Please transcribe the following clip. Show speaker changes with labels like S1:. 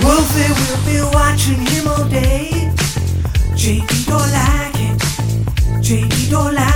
S1: Sophie will be watching him all day. JP don't like it. Oh, JP don't like